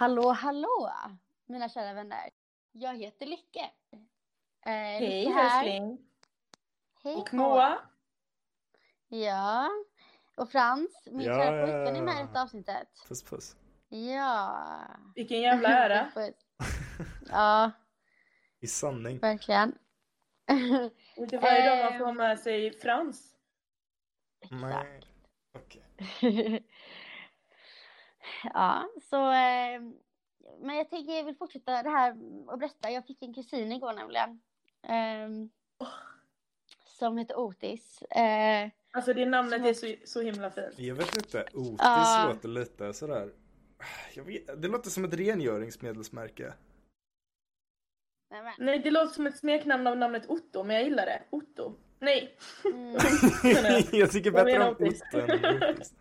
Hallå, hallå, mina kära vänner. Jag heter Lycke. Eh, Hej Lycke här. Häsling! Hej Och Moa. Moa! Ja. Och Frans, min Ja, kära ja, pojkvän är med i ja. detta avsnittet. Puss puss. Ja. Vilken jävla ära! ja, I sanning. verkligen. Och inte varje dag man Eh. får ha med sig Frans. Exakt. Okej. ja, så... Eh, men jag tänker jag vill fortsätta det här och berätta. Jag fick en kusin igår nämligen. Eh, Oh. som heter Otis. Eh, Alltså det namnet är så, så himla fint. Jag vet inte, Otis Ja. låter lite sådär. Jag vet, det låter som ett rengöringsmedelsmärke. nej men, Nej, det låter som ett smeknamn av namnet Otto, men jag gillar det. Otto. Nej, mm, jag tycker Vad bättre menar om Otis? Otto än Otis.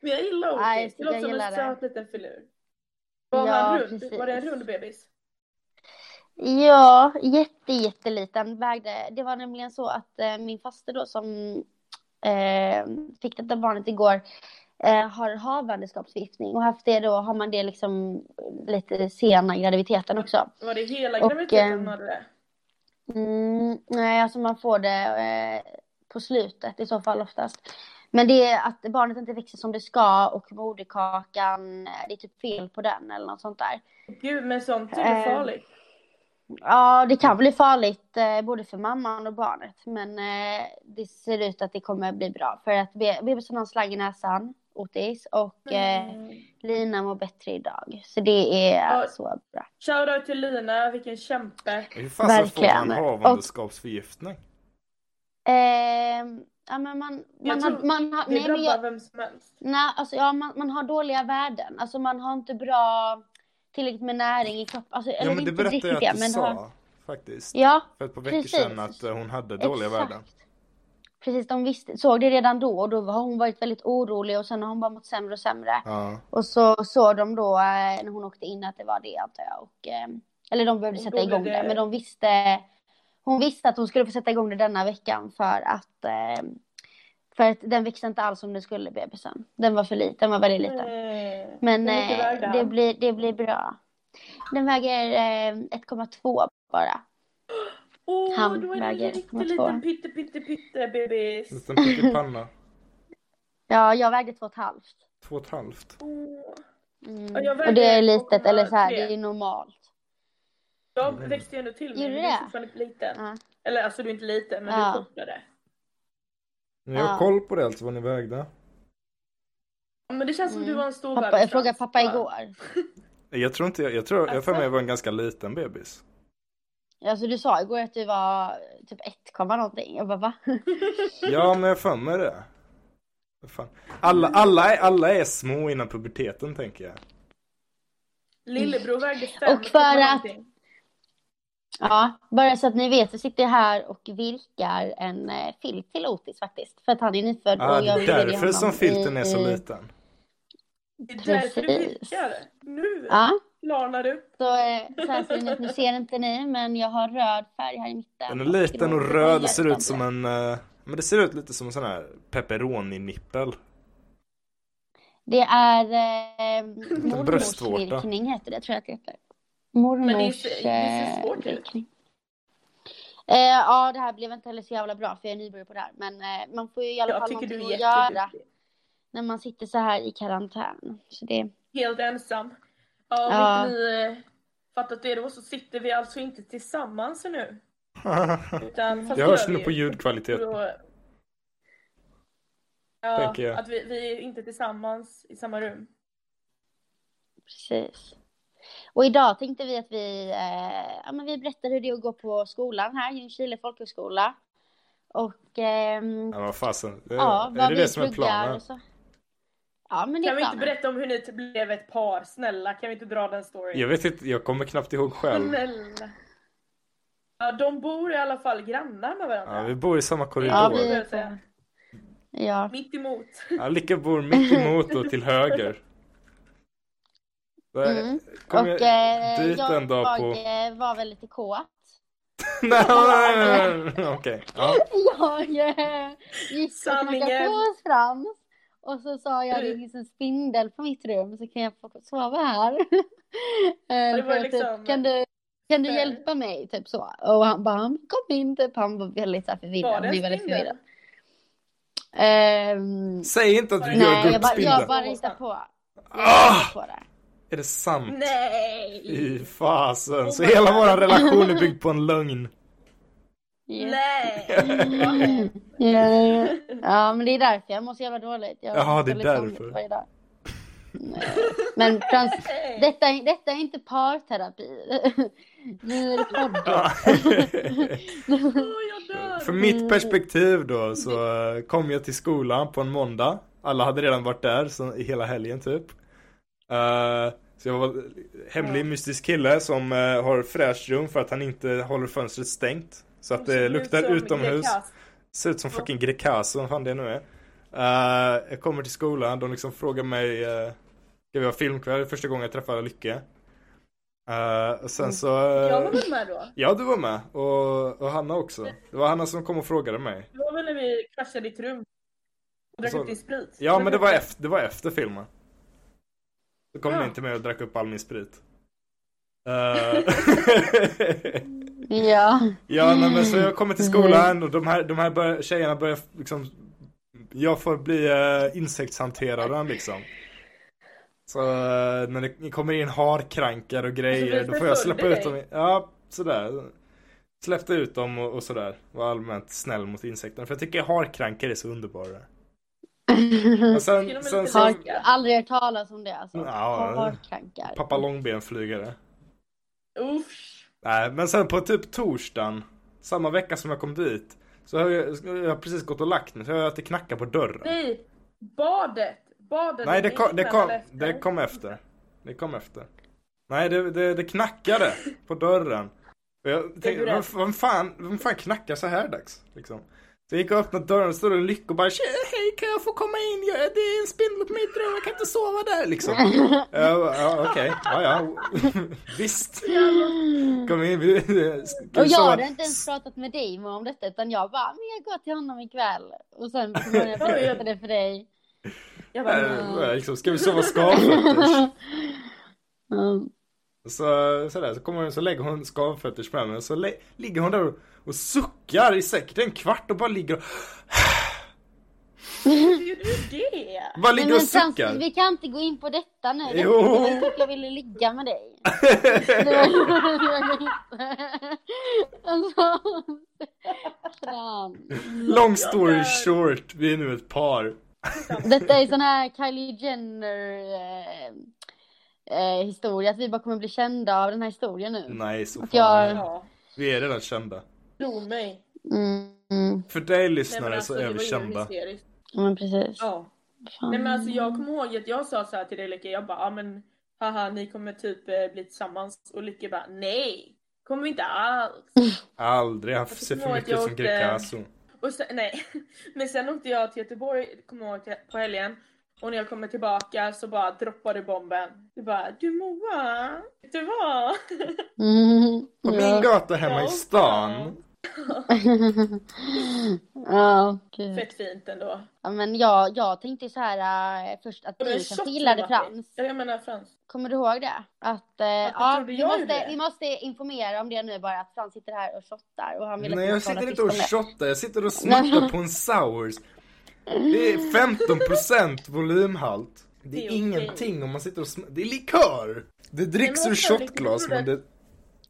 men jag gillar Otto. Nej, det jag låter som gillar en det. söt liten filur. Var, Ja, han rund? precis. Var det en rund bebis? ja, jätte, jätteliten. Vägde. Det var nämligen så att eh, min faster då som eh, fick detta barnet igår eh, har havandeskapsförgiftning och haft det då har man det liksom lite sena i graviditeten också. Var det hela Och, graviditeten han ehm, hade det? Mm, nej, alltså man får det eh, på slutet i så fall oftast. Men det är att barnet inte växer som det ska och moderkakan, eh, det är typ fel på den eller något sånt där. Gud, men sånt är ehm, farligt. Ja, det kan bli farligt eh, både för mamman och barnet, men eh, det ser ut att det kommer bli bra för att be- bebisen har en slagg i näsan, Otis, och eh, Lina mår bättre idag. Så det är Mm. Ja. så bra. Shoutout till Lina, vilken kämpe. Hur fasen får man Verkligen. havandeskapsförgiftning? Ehm, ja, men man, Jag man, har, tror man har, Det nej, drabbar men jag, vem som helst. Nej, alltså, ja, man, man har dåliga värden. Alltså man har inte bra, tillräckligt med näring i kroppen. Alltså, Ja eller men det inte berättade jag riktigt att du men sa Har, faktiskt. ja, För ett par veckor precis. sedan att eh, hon hade dåliga exakt. värden. Precis, de visste, såg det redan då och då har hon varit väldigt orolig och sen har hon bara mått sämre och sämre. Ja. Och så såg de då eh, när hon åkte in att det var det antar jag. Och, eh, eller de behövde Och sätta då blev igång det- det, men de visste. Hon visste att hon skulle få sätta igång det denna veckan för att eh, för att den växte inte alls som den skulle bebisen. Den var för liten, den var väldigt liten. Mm. Men Hur mycket vägde eh, det, han? blir, det blir bra. Den väger eh, 1,2 bara. Åh, Han då är det en väger riktig 1,2. liten pytte, pytte, pytte bebis. Liten pyttipanna. Ja, jag vägde 2,5. Två och ett halvt. Åh. Mm. Ja, jag Och det vägde är litet, eller så här, 2,3. det är normalt. Jag Mm. växte ju ändå till mig, Gjorde men du det? är fortfarande liten. Ja. Eller alltså du är inte liten, men du Ja. är kortare. Ni har Ja. koll på det alltså vad ni vägde? Ja, Men det känns som Mm. du var en stor Pappa, bebis, jag frågade Frans. pappa Ja. igår. Jag tror inte, jag, jag tror, jag för mig var en ganska liten bebis. Alltså du sa igår att du var typ 1, någonting. Jag bara va? Ja men jag har för mig det. Vad Fan. Alla, Mm. alla, är, alla är små innan puberteten tänker jag. Lillebror vägde fem. Och för komma att- någonting. Ja, bara så att ni vet så sitter jag här och virkar en eh, filt till Otis faktiskt. För att han är nyfödd Ah, och det jag är ville ge därför honom Mm. som filten i- är så i- liten. Det är därför du Precis. piskar. Nu Ja, klarnar du. så, eh, så här ser den ut. Nu ser inte ni, men jag har röd färg här i mitten. Den är liten och grå. röd och ser ut som en, eh, men det ser ut lite som en sån här pepperoni-nippel. Det är eh, bröstvårta. mormorsvirkning heter det, tror jag att det heter. det är- Mormors det är så eh, svårt ut. virkning. Eh, ja, det här blev inte heller så jävla bra för jag är nybörjare på det här. Men eh, man får ju i alla Jag fall tycker du någonting är att göra jätteduktig. när man sitter så här i karantän. Så det, Helt ensam. Ja, om Ja. inte ni eh, fattat det då så sitter vi alltså inte tillsammans nu. Utan, fast Det hörs gör vi nu ju. på ljudkvaliteten. Då- Ja, Tänker jag. att vi, vi är inte tillsammans i samma rum. precis. Och idag tänkte vi att vi, eh, ja, men vi berättar hur det är att gå på skolan här, Ljungskile folkhögskola. Och ehm, Ja vad fasen, det, Ja, är vad det vi det som är pluggar planen? och så. Ja, men det är Kan vi inte planen. berätta om hur ni t- blev ett par? Snälla, kan vi inte dra den storyn? Jag vet inte, jag kommer knappt ihåg själv. Snälla. Ja, de bor i alla fall grannar med Ja, varandra. vi bor i samma Ja, korridor. vi- vi... Ja, Mitt emot. Ja, Lycka bor mitt emot och till höger. Där Mm. kom och jag eh, dit jag en dag på... eh, var väl lite kåt. Nej, nej, nej, nej, nej, okej. Ja. Jag eh, gick och Sanningen. Mm. knackade på hos Frans Och så sa jag det finns en spindel på mitt rum så kan jag få sova här. Eh, Det var för jag liksom- typ, kan, du, kan du Fair. hjälpa mig? Typ så. Och han bara, "Men kom in typ. Han var väldigt så här, Var förvirrad. det Han en blev väldigt spindel? förvirrad. Ehm, Säg inte att du Nej, gör nej, jag bara, gubbspindeln. jag bara hittar på. Jag Ah! hittar på det. Är det sant? Mm. Nej! Fy fasen. Så Oh my hela God. vår relation är byggd på en lögn. Yes. Nej! Ja, ja. ja, men det är därför jag mår så jävla dåligt. Jag Jaha, mår det är väldigt dåligt därför. varje dag. Nej. Men Frans, detta, är- detta är inte parterapi. Nu är det podd. Ja. Åh, jag dör! För Mm. mitt perspektiv då så eh, kom jag till skolan på en måndag. Alla hade redan varit där så, i hela helgen typ. Eh, så jag var hemlig mystisk kille som eh, har fräscht rum för att han inte håller fönstret stängt. Så att det Ser ut luktar som utomhus. Gekast. Ser ut som fucking Greekazo, vad fan det nu är. Eh, jag kommer till skolan, de liksom frågar mig eh, Ska vi ha filmkväll? Första gången jag träffade Lycke. Eh, och sen så... eh, Jag var väl med då? Ja, du var med. Och, och Hanna också. Det var Hanna som kom och frågade mig. Det var väl när vi kraschade ditt rum? Och drack Så- upp din sprit? Ja, men det var efter, det var efter filmen. Då kom Ja. ni till mig och drack upp all min sprit. Eh, Ja. ja, nej, men så jag kommer till skolan och de här, de här bör, tjejerna börjar liksom... Jag får bli eh, insektshanteraren liksom. Så eh, när det kommer in harkrankar och grejer, Alltså, vi då får jag släppa förföljde ut dem. i- Ja, sådär. Släppte ut dem och, och sådär. Var allmänt snäll mot insekterna. För jag tycker harkrankor är så underbara. Och Till och sen, med sen lite så har- Har aldrig hört talas om det alltså. Ja. Parkrankar. Pappa långbenflygare. Uff. Nej, men sen på typ torsdagen, samma vecka som jag kom dit, så har jag, jag har precis gått och lagt mig, så jag har att det knackar på dörren. Nej! Badet! Badet! Nej, det kom, det innan kom, eller efter. det kom efter. Det kom efter. Nej, det, det, det knackade på dörren. Och jag tänkte, du rädd? vem, vem, fan, vem fan knackar så här dags? Liksom. Så jag gick och öppnade dörren och stod det en lyck och bara "Tjena, hej kan jag få komma in? Jag, det är en spindel på mitt rum, jag kan inte sova där liksom. Jag bara, ja, okej, ja, ja. Visst. Kom in, vi, ska Och jag vi sova? hade inte ens pratat med dig om detta utan jag bara, men jag går till honom ikväll. Och sen så när jag berättade det för dig. Jag bara, "Mm." nej. Äh, liksom, ska vi sova skavfötters? Mm. Så, sådär, så kommer hon, så lägger hon skavfötters med mig och så lä- ligger hon där och, och suckar i säkert en kvart och bara ligger och, Hur gjorde du det? bara ligger Men, men och Frans, suckar. vi kan inte gå in på detta nu. Jo. Det var inte att jag ville ligga med dig. Det var- det var inte- alltså, Frans. Long story short, vi är nu ett par. Detta är sån här Kylie Jenner eh, eh, historia. Att vi bara kommer bli kända av den här historien nu. Nej, så fan. Att jag- Ja, Vi är redan kända. tro mig. Mm, mm, För dig Nej, lyssnare men alltså, så det är var vi ju kända. hysteriskt. men precis. Ja. Fan. Nej men alltså jag kommer ihåg att jag sa så här till dig Lycke, jag bara ah, men haha ni kommer typ eh, bli tillsammans och Lycke bara nej, kommer vi inte alls. Aldrig, han ser kommer för ihåg att jag mycket som åkte- Greekazo. Och sen, nej. Men sen åkte jag till Göteborg, kommer jag ihåg, till- på helgen. Och när jag kommer tillbaka så bara droppade bomben. Du bara, du Moa, vet du vad? Mm, ja. På min gata hemma i Ja. stan. ja, gud. Fett fint ändå. Ja, men jag, jag tänkte ju så här äh, först att Och det är du shot kanske gillade med Martin. Frans. Ja, jag menar Frans. Kommer du ihåg det? Att äh, ja, trodde vi, jag måste, det? vi måste informera om det nu bara att Frans sitter här och shottar och han vill Nej, att vi jag ska hålla sitter inte tyst och om det. shottar, jag sitter och snuttar på en sours. Det är 15% volymhalt. Det Det är är okej. ingenting om man sitter och sm- Det är likör! Det dricks Nej, men ur vad fan, shotglas jag men trodde- det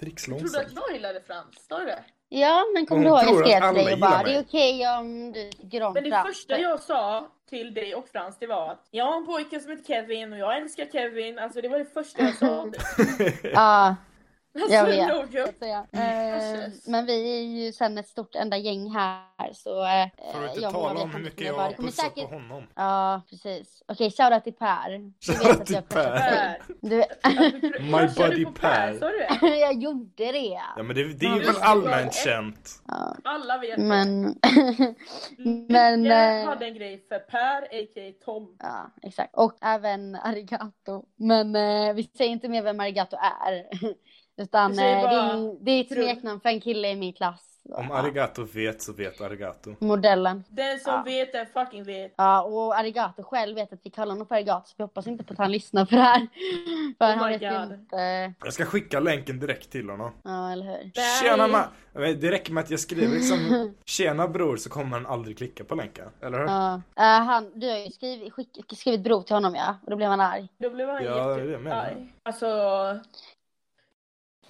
dricks Jag trodde att långsamt. jag gillade Frans, sa du det? Ja, men kommer du Hon ihåg? Jag tror att skrev alla till dig och bara gillar det är mig. okej om du tycker om Men det Frans. första jag sa till dig och Frans det var att jag har en pojke som heter Kevin och jag älskar Kevin. Alltså det var det första jag sa. Alltså, Ja, Jag vet. no joke. så ja. Eh, Mm. Precis. men vi är ju sen ett stort enda gäng här så... eh, Får inte jag och Moa tala vet om hur inte mycket om jag bara- har det kommer pussat på säkert- honom. Ja, precis. Okej, shoutout till Per. Du vet Shoutout att jag till Per. pushar på dig. Du, My buddy Per. Sa du det? jag gjorde det. Ja men det, det Ja, är väl det- allmänt känt. Ja, Alla vet det. men... men... Men, jag eh, hade en grej för Per, a.k.a. Tom. Ja, exakt. Och även arigato. Men eh, vi säger inte mer vem arigato är. Utan Vi säger eh, det, bara är, det är ett krull. smeknamn för en kille i min klass. Så, Om ja. Arigato vet så vet Arigato. Modellen. Den som Ja. vet den fucking vet. Ja, och Arigato själv vet att vi kallar honom för Arigato så vi hoppas inte på att han lyssnar på det här. För Oh han my vet ju God. inte. Jag ska skicka länken direkt till honom. Ja, eller hur? Nej. Tjena ma... Nej, Det räcker med att jag skriver liksom Tjena bror så kommer han aldrig klicka på länken. Eller hur? Ja. Eh, han, du har ju skrivit, skick, skrivit bro till honom ja, och då blev han arg. Då blev han Ja, det menar jag. jättearg. Alltså...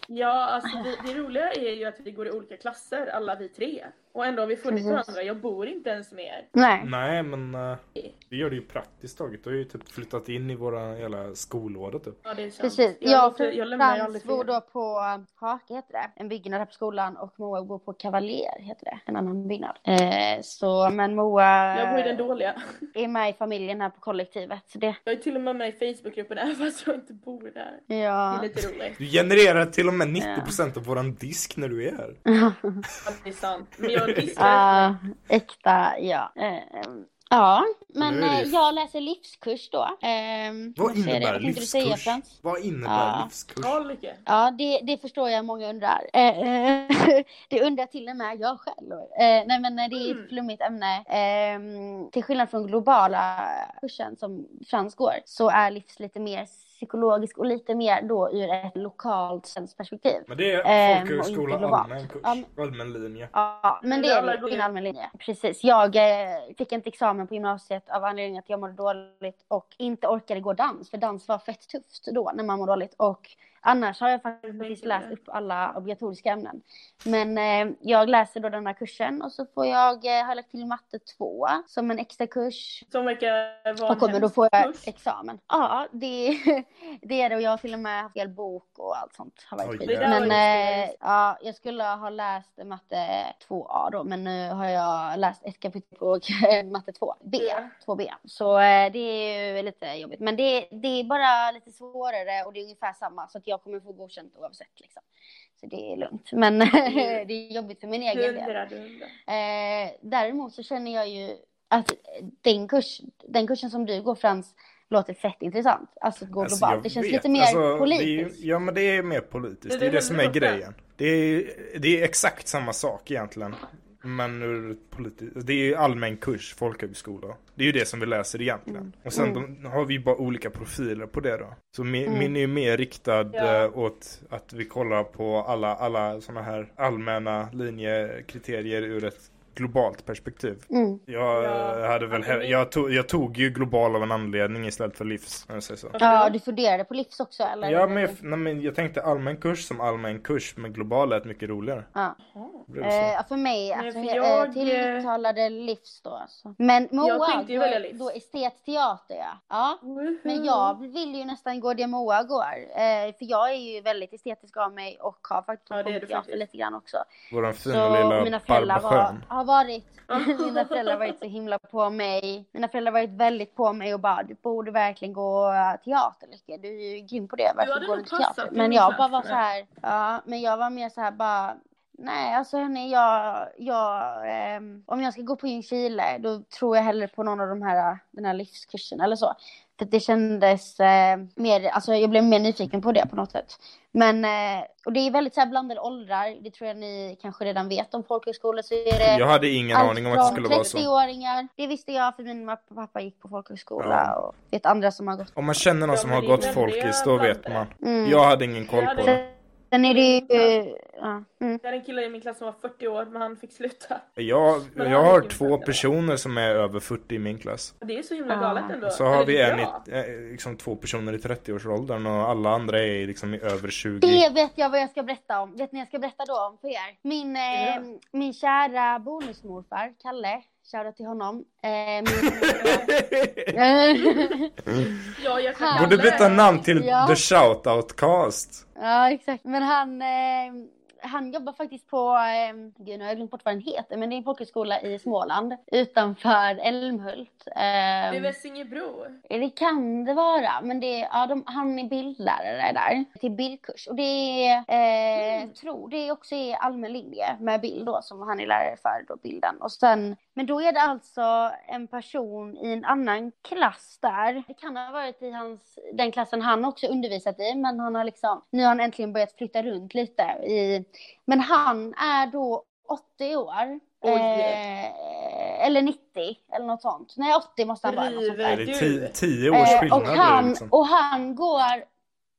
Ja, alltså det, det roliga är ju att vi går i olika klasser, alla vi tre. Och ändå har vi funnit Precis. varandra, jag bor inte ens med er. Nej. Nej men eh, vi gör det ju praktiskt taget. Du har ju typ flyttat in i våra jävla skolådor typ. Ja, det är sant. Precis. Jag, Jag och låter- jag lämnar ju Frans aldrig bor fel. då på Hake heter det, en byggnad här på skolan och Moa bor på Kavaljer heter det, en annan byggnad. Eh, så men Moa Jag bor i den dåliga. är med i familjen här på kollektivet så det, Jag är till och med med i Facebookgruppen även fast jag inte bor där. Det är ja. lite roligt. Du genererar till och med 90% av våran disk när du är här. Ja, det är sant. Men jag diskar. Ja, äkta, ja. Eh, ja, men Nu är det ju- eh, jag läser livskurs då. Eh, Vad säger det? innebär Vad tänkte du säga livskurs? Frans? Vad innebär Ja. livskurs? Ja, Lycke. Ja, det, det förstår jag många undrar. Eh, eh, det undrar till och med jag själv. Eh, nej, men eh, det är Mm. ett flummigt ämne. Eh, till skillnad från globala kursen som Frans går så är livs lite mer psykologisk och lite mer då ur ett lokalt svenskt perspektiv. Men det är Ehm, folkhögskola och inte globalt. allmän kurs. Ja, men- Allmän linje. Ja, men det Det är är alla det, min gånger. allmän linje. Precis. Jag eh, fick inte examen på gymnasiet av anledning att jag mådde dåligt och inte orkade gå dans, för dans var fett tufft då när man mår dåligt. Och annars har jag faktiskt läst upp alla obligatoriska ämnen. Men eh, jag läser då den här kursen och så får jag, eh, har jag lagt till matte 2 som en extra kurs. Som verkar vara Och kommer då få en jag hemsk kurs. examen. Ja, det, det är det. Och jag har till och med haft fel bok och allt sånt. Har Oj, varit skit. det där var Men ju eh, ja, jag skulle ha läst matte 2A då. Men nu har jag läst ett kapitel på matte 2B. Ja. 2B. Så eh, det är ju lite jobbigt. Men det, det är bara lite svårare och det är ungefär samma. Så att jag kommer få godkänt oavsett liksom. Så det är lugnt. Men det är jobbigt för min egen del. Hundra, hundra. Eh, däremot så känner jag ju att den, kurs, den kursen som du går Frans låter fett intressant. Alltså att gå Alltså, globalt. jag Det känns vet. lite mer Alltså, det är ju- politiskt. ja men det är mer politiskt. Det är Det är det som är 100%. grejen. Det är, det är exakt samma sak egentligen. Men ur politi- det är ju allmän kurs, folkhögskola. Det är ju det som vi läser egentligen. Mm. Och sen de, har vi ju bara olika profiler på det då. Så min, Mm. min är ju mer riktad Ja. eh, åt att vi kollar på alla, alla sådana här allmänna linjekriterier ur ett globalt perspektiv. Mm. Jag Ja. hade väl hell- jag, tog, jag tog ju global av en anledning istället för livs, om jag säger så. Ja, du funderade på livs också eller? Ja, men jag, nej, men jag tänkte allmän kurs som allmän kurs, men global lät mycket roligare. Ja. Jaha. Det blev så. Eh, för mig, Nej, alltså, jag, för jag, eh, tilltalade livs då. Alltså. Men Moa, Jag tänkte ju då, välja livs. Mm. då estetteater ja. ja. Woohoo. Men jag vill ju nästan gå det Moa går. Eh, för jag är ju väldigt estetisk av mig och har faktiskt Ja, det är du hållit teater faktiskt. lite grann också. Våran fina Så lilla mina föräldrar var, Barbasjön. har varit, mina föräldrar har varit så himla på mig. Mina föräldrar har varit väldigt på mig och bara du borde verkligen gå äh, teater Lycka. Du är ju grym på det. Varför hade går du nog inte passat teater? i Men mina jag bara var klasser. så här. Ja, men jag var mer så här bara. Nej, alltså hörni, jag, jag, ehm, om jag ska gå på Ljungskile då tror jag hellre på någon av de här, äh, den här livskursen eller så. För att det kändes eh, mer, alltså jag blev mer nyfiken på det på något sätt. Men, eh, och det är väldigt så här blandade åldrar, det tror jag ni kanske redan vet om folkhögskolor så är det Jag hade ingen aning om att det skulle vara så. 30-åringar, Alltså, det visste jag för min mamma och pappa gick på folkhögskola Ja. och vet andra som har gått. Om man känner någon Ja, som men har det gått glömde folkis, jag då att vet blanda. man. Mm. Jag hade ingen koll Jag på hade- det. Sen är det ju, ja. Mm. Det är en kille i min klass som var 40 år men han fick sluta. Jag, Men jag han har gick ju två blanda. personer som är över 40 i min klass. Och Det är så himla Ah. galet ändå. Så har Eller vi det är en i, bra. eh, liksom två personer i 30-årsåldern och alla andra är liksom i över 20. Det vet jag vad jag ska berätta om. Vet ni vad jag ska berätta då om för er? Min, eh, Ja. min kära bonusmorfar, Kalle, shoutout till honom. Eh, min... Ja, jag Han- Borde byta namn till Ja. The Shoutout Cast. Ja, exakt. Men han, eh, han jobbar faktiskt på, eh, gud nu har jag glömt bort vad den heter, men det är en folkhögskola i Småland utanför Älmhult. Det är Eh, Vässingebro. det kan det vara, men det, är- ja, de, han är bildlärare där till bildkurs. Och det är, eh, Mm. tror, det är också i allmän linje med bild då som han är lärare för, då bilden. Och sen, men då är det alltså en person i en annan klass där. Det kan ha varit i hans, den klassen han också undervisat i, men han har liksom, nu har han äntligen börjat flytta runt lite i, men han är då 80 år. Oj. Eh, eller 90 eller något sånt. Nej, 80 måste han vara. Något sånt Det där. Driver. Du. är tio, tio års Eh, och, skillnad. han, nu, liksom. och han går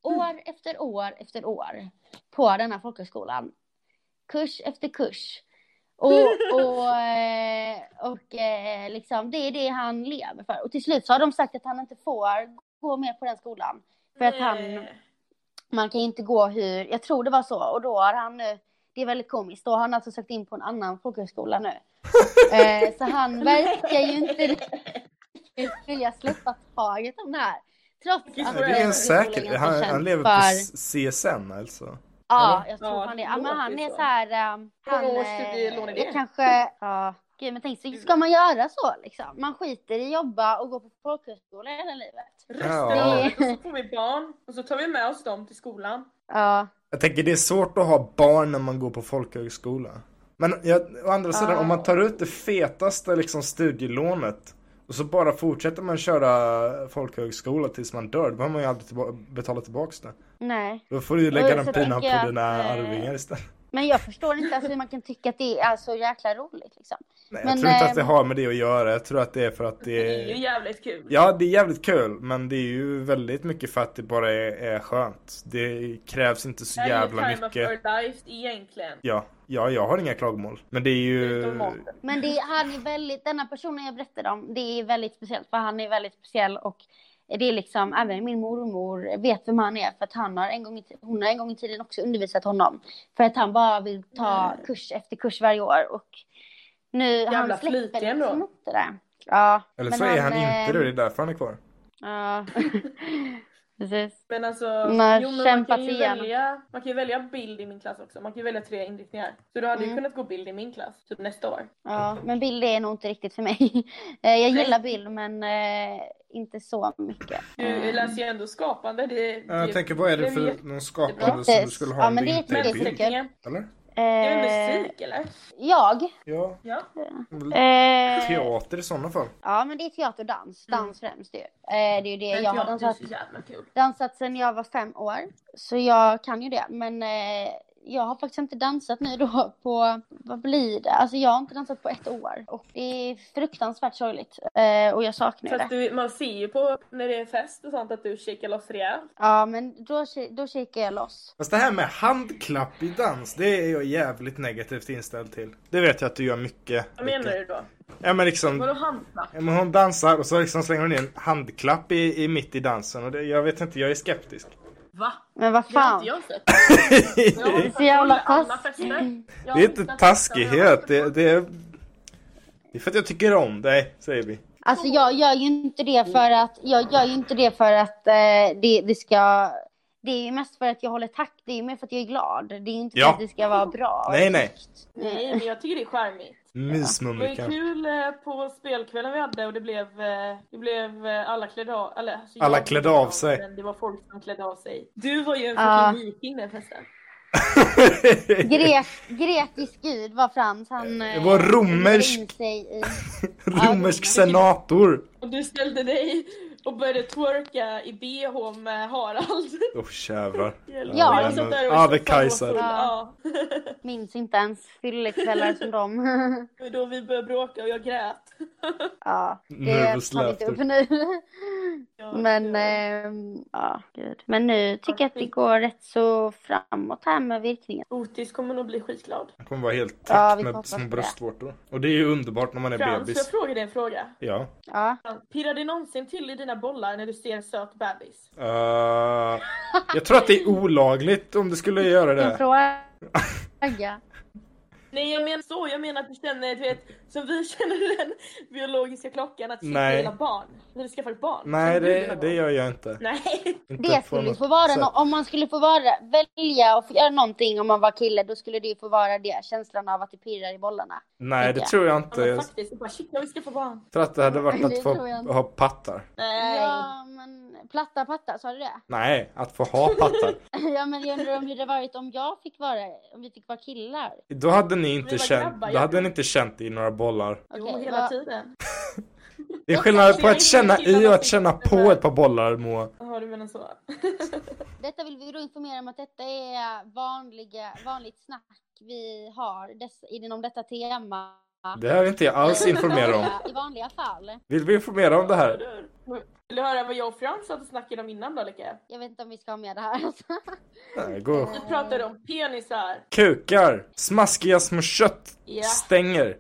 år efter år efter år på denna folkhögskolan. Kurs efter kurs. Och, och, eh, och eh, liksom, det är det han lever för. Och till slut så har de sagt att han inte får gå mer på den skolan. För att han- Nej. Man kan ju inte gå hur, jag tror det var så. Och då har han nu, det är väldigt komiskt, då har han alltså sökt in på en annan folkhögskola nu. eh, så han verkar ju inte riktigt vilja släppa taget om det här. Trots Nej, att Nej, det är en säker... folkhögskolan Han, ganska han känd lever för- på CSN alltså. Ja, Eller? jag tror Ja, han det det. Ja, men låter han ju är så. så här... Um, Hur många han, års studielån är eh, det? kanske... Ja, gud, men tänk, så ska man göra så liksom? Man skiter i jobba och gå på folkhögskola hela livet. Resten Ja. av livet så får vi barn och så tar vi med oss dem till skolan. Ja, Jag tänker det är svårt att ha barn när man går på folkhögskola. Men jag, å andra sidan, Ja. om man tar ut det fetaste liksom, studielånet och så bara fortsätter man köra folkhögskola tills man dör, då behöver man ju aldrig tillba- betala tillbaks det. nej. Då får du ju lägga Oj, den så pinan tänker på jag dina att, eh, arvingar istället. Men jag förstår inte alltså, hur man kan tycka att det är så jäkla roligt liksom. Nej, jag men, tror inte att det ehm, har med det att göra. Jag tror att det är för att Det är ju det är... jävligt kul. Ja, det är jävligt kul, men det är ju väldigt mycket för att det bara är, är skönt. Det krävs inte så Det är ju jävla time of mycket. our life egentligen. Ja, ja, jag har inga klagomål. Men det är ju... Utom maten. Men det, han är väldigt, denna personen jag berättade om, det är väldigt speciellt för han är väldigt speciell och det är liksom, även min mormor vet vem han är för att han har en gång i, ti- hon har en gång i tiden också undervisat honom. För att han bara vill ta Nej. kurs efter kurs varje år och nu, Mm. Jävla han släpper flitig ändå. liksom inte det. Ja. Eller men så är han eh, inte det, det är därför han är kvar. Ja. Precis. Men alltså, Nej, man, kämpat kan ju igen. välja, man kan ju välja bild i min klass också. Man kan ju välja tre inriktningar. Så du hade ju Mm. kunnat gå bild i min klass, typ nästa år. Ja, men bild är nog inte riktigt för mig. Eh, Jag gillar bild men eh, inte så mycket. Du läser ju ändå skapande. Det, det, Mm. Jag tänker, vad är det det för vet- någon det är bra. skapande som du skulle ha Ja, om men det det är inte ett är musik. bild? Teckningen. Eller? Det är Eh, väl musik eller? Jag? Ja. Ja. Eh, Teater i sådana fall. Ja, men det är teater och dans. Dans främst ju. Eh, det är ju det Men jag har teater Mm. är dansat, så jävla kul. dansat sedan jag var fem år. Så jag kan ju det. Men eh, jag har faktiskt inte dansat nu då på, vad blir det? Alltså jag har inte dansat på ett år. Och det är fruktansvärt sorgligt. Eh, och jag saknar ju Fast det. du, man ser ju på när det är fest och sånt att du kikar loss rejält. Ja, men då, ki- då kikar jag loss. Fast det här med handklapp i dans, det är jag jävligt negativt inställd till. Det vet jag att du gör mycket. Vad menar Rickard. du då? Ja men liksom, Vadå handla? ja, men hon dansar och så liksom slänger hon in en handklapp i, i mitt i dansen och det, jag vet inte, jag är skeptisk. Va? Men vad Det har fan. inte jag sett. det Jag har är så sett jävla alla taskigt. fester. Jag har är missat inte fester, jag har taskighet, missat det, det är... Det är för att jag tycker om dig, säger vi. Alltså jag gör ju inte det för att, jag gör ju inte det för att eh, det, det ska, det är ju mest för att jag håller takt, det är ju mer för att jag är glad. Det är ju inte Ja. för att det ska vara bra. Nej, nej. Nej, men jag tycker det är charmigt. Det var ju Mysmummikan. kul eh, på spelkvällen vi hade och det blev, eh, det blev eh, alla klädde av, eller, alltså, jag Alla blev klädde av sig. Men det var folk som klädde av sig. Du var ju en Ja. fucking viking den festen. Grek, grekisk gud var Frans, han... Det eh, var romersk. ringde in sig i- Romersk senator. Och du ställde dig och började twerka i bh med Harald. Åh jävlar. Ja, Jag satt där och Ave satt och var Kaiser. full, Ja. Minns inte ens fyllekvällar som dem. Det var då vi började bråka och jag grät. ja, det Nervous tar vi inte upp laughter. nu. Ja, Men, det- ehm, ja, gud. Men nu tycker jag att det går rätt så framåt här med virkningen. Otis kommer nog bli skitglad. Han kommer vara helt Ja, täckt vi med hoppas små det. bröstvårtor. Och det är ju underbart när man är Frans, får jag bebis. fråga dig en fråga? Ja. Ja. Frans, Pirrar det någonsin till i dina bollar när du ser en söt bebis? Eh, jag tror att det är olagligt om du skulle göra En det. fråga. Nej jag menar så, jag menar att du känner, du vet, som vi känner den biologiska klockan att shit Nej. jag gillar barn. När vi skaffar barn. Nej, Känner du det, gillar det barn? gör jag inte. Nej! inte Det på skulle ju något få vara, sätt. nå- om man skulle få vara, välja och få göra någonting om man var kille, då skulle det ju få vara det, känslan av att det pirrar i bollarna. Nej, det tror jag inte. Ja, men Jag faktiskt, jag bara shit jag vill skaffa barn. tror att det hade varit Det att få tror jag inte. ha pattar. Nej. Ja, men platta patta, sa du det? Nej, att få ha pattar. Ja men jag undrar om hur det varit om jag fick vara, om vi fick vara killar. Då hade ni inte Vi var känt, grabbar, då jag hade tror. ni inte känt i några bollar. Jo, Okej, hela vad- tiden. Det är Jag skillnad kan se på att känna i killarna och att som känna sitter på där. ett par bollar, Moa. Jaha du menar så. Detta vill vi då informera om att detta är vanliga, vanligt snack vi har dess, inom detta tema. Det här är inte jag alls informerad om. I vanliga fall. Vill vi informera om det här? Vill du höra vad jag och Frans satt och snackade om innan då, Leke? Jag vet inte om vi ska ha med det här. alltså. Nej, gå. Vi pratade om penisar. Kukar, smaskiga små köttstänger. Ja.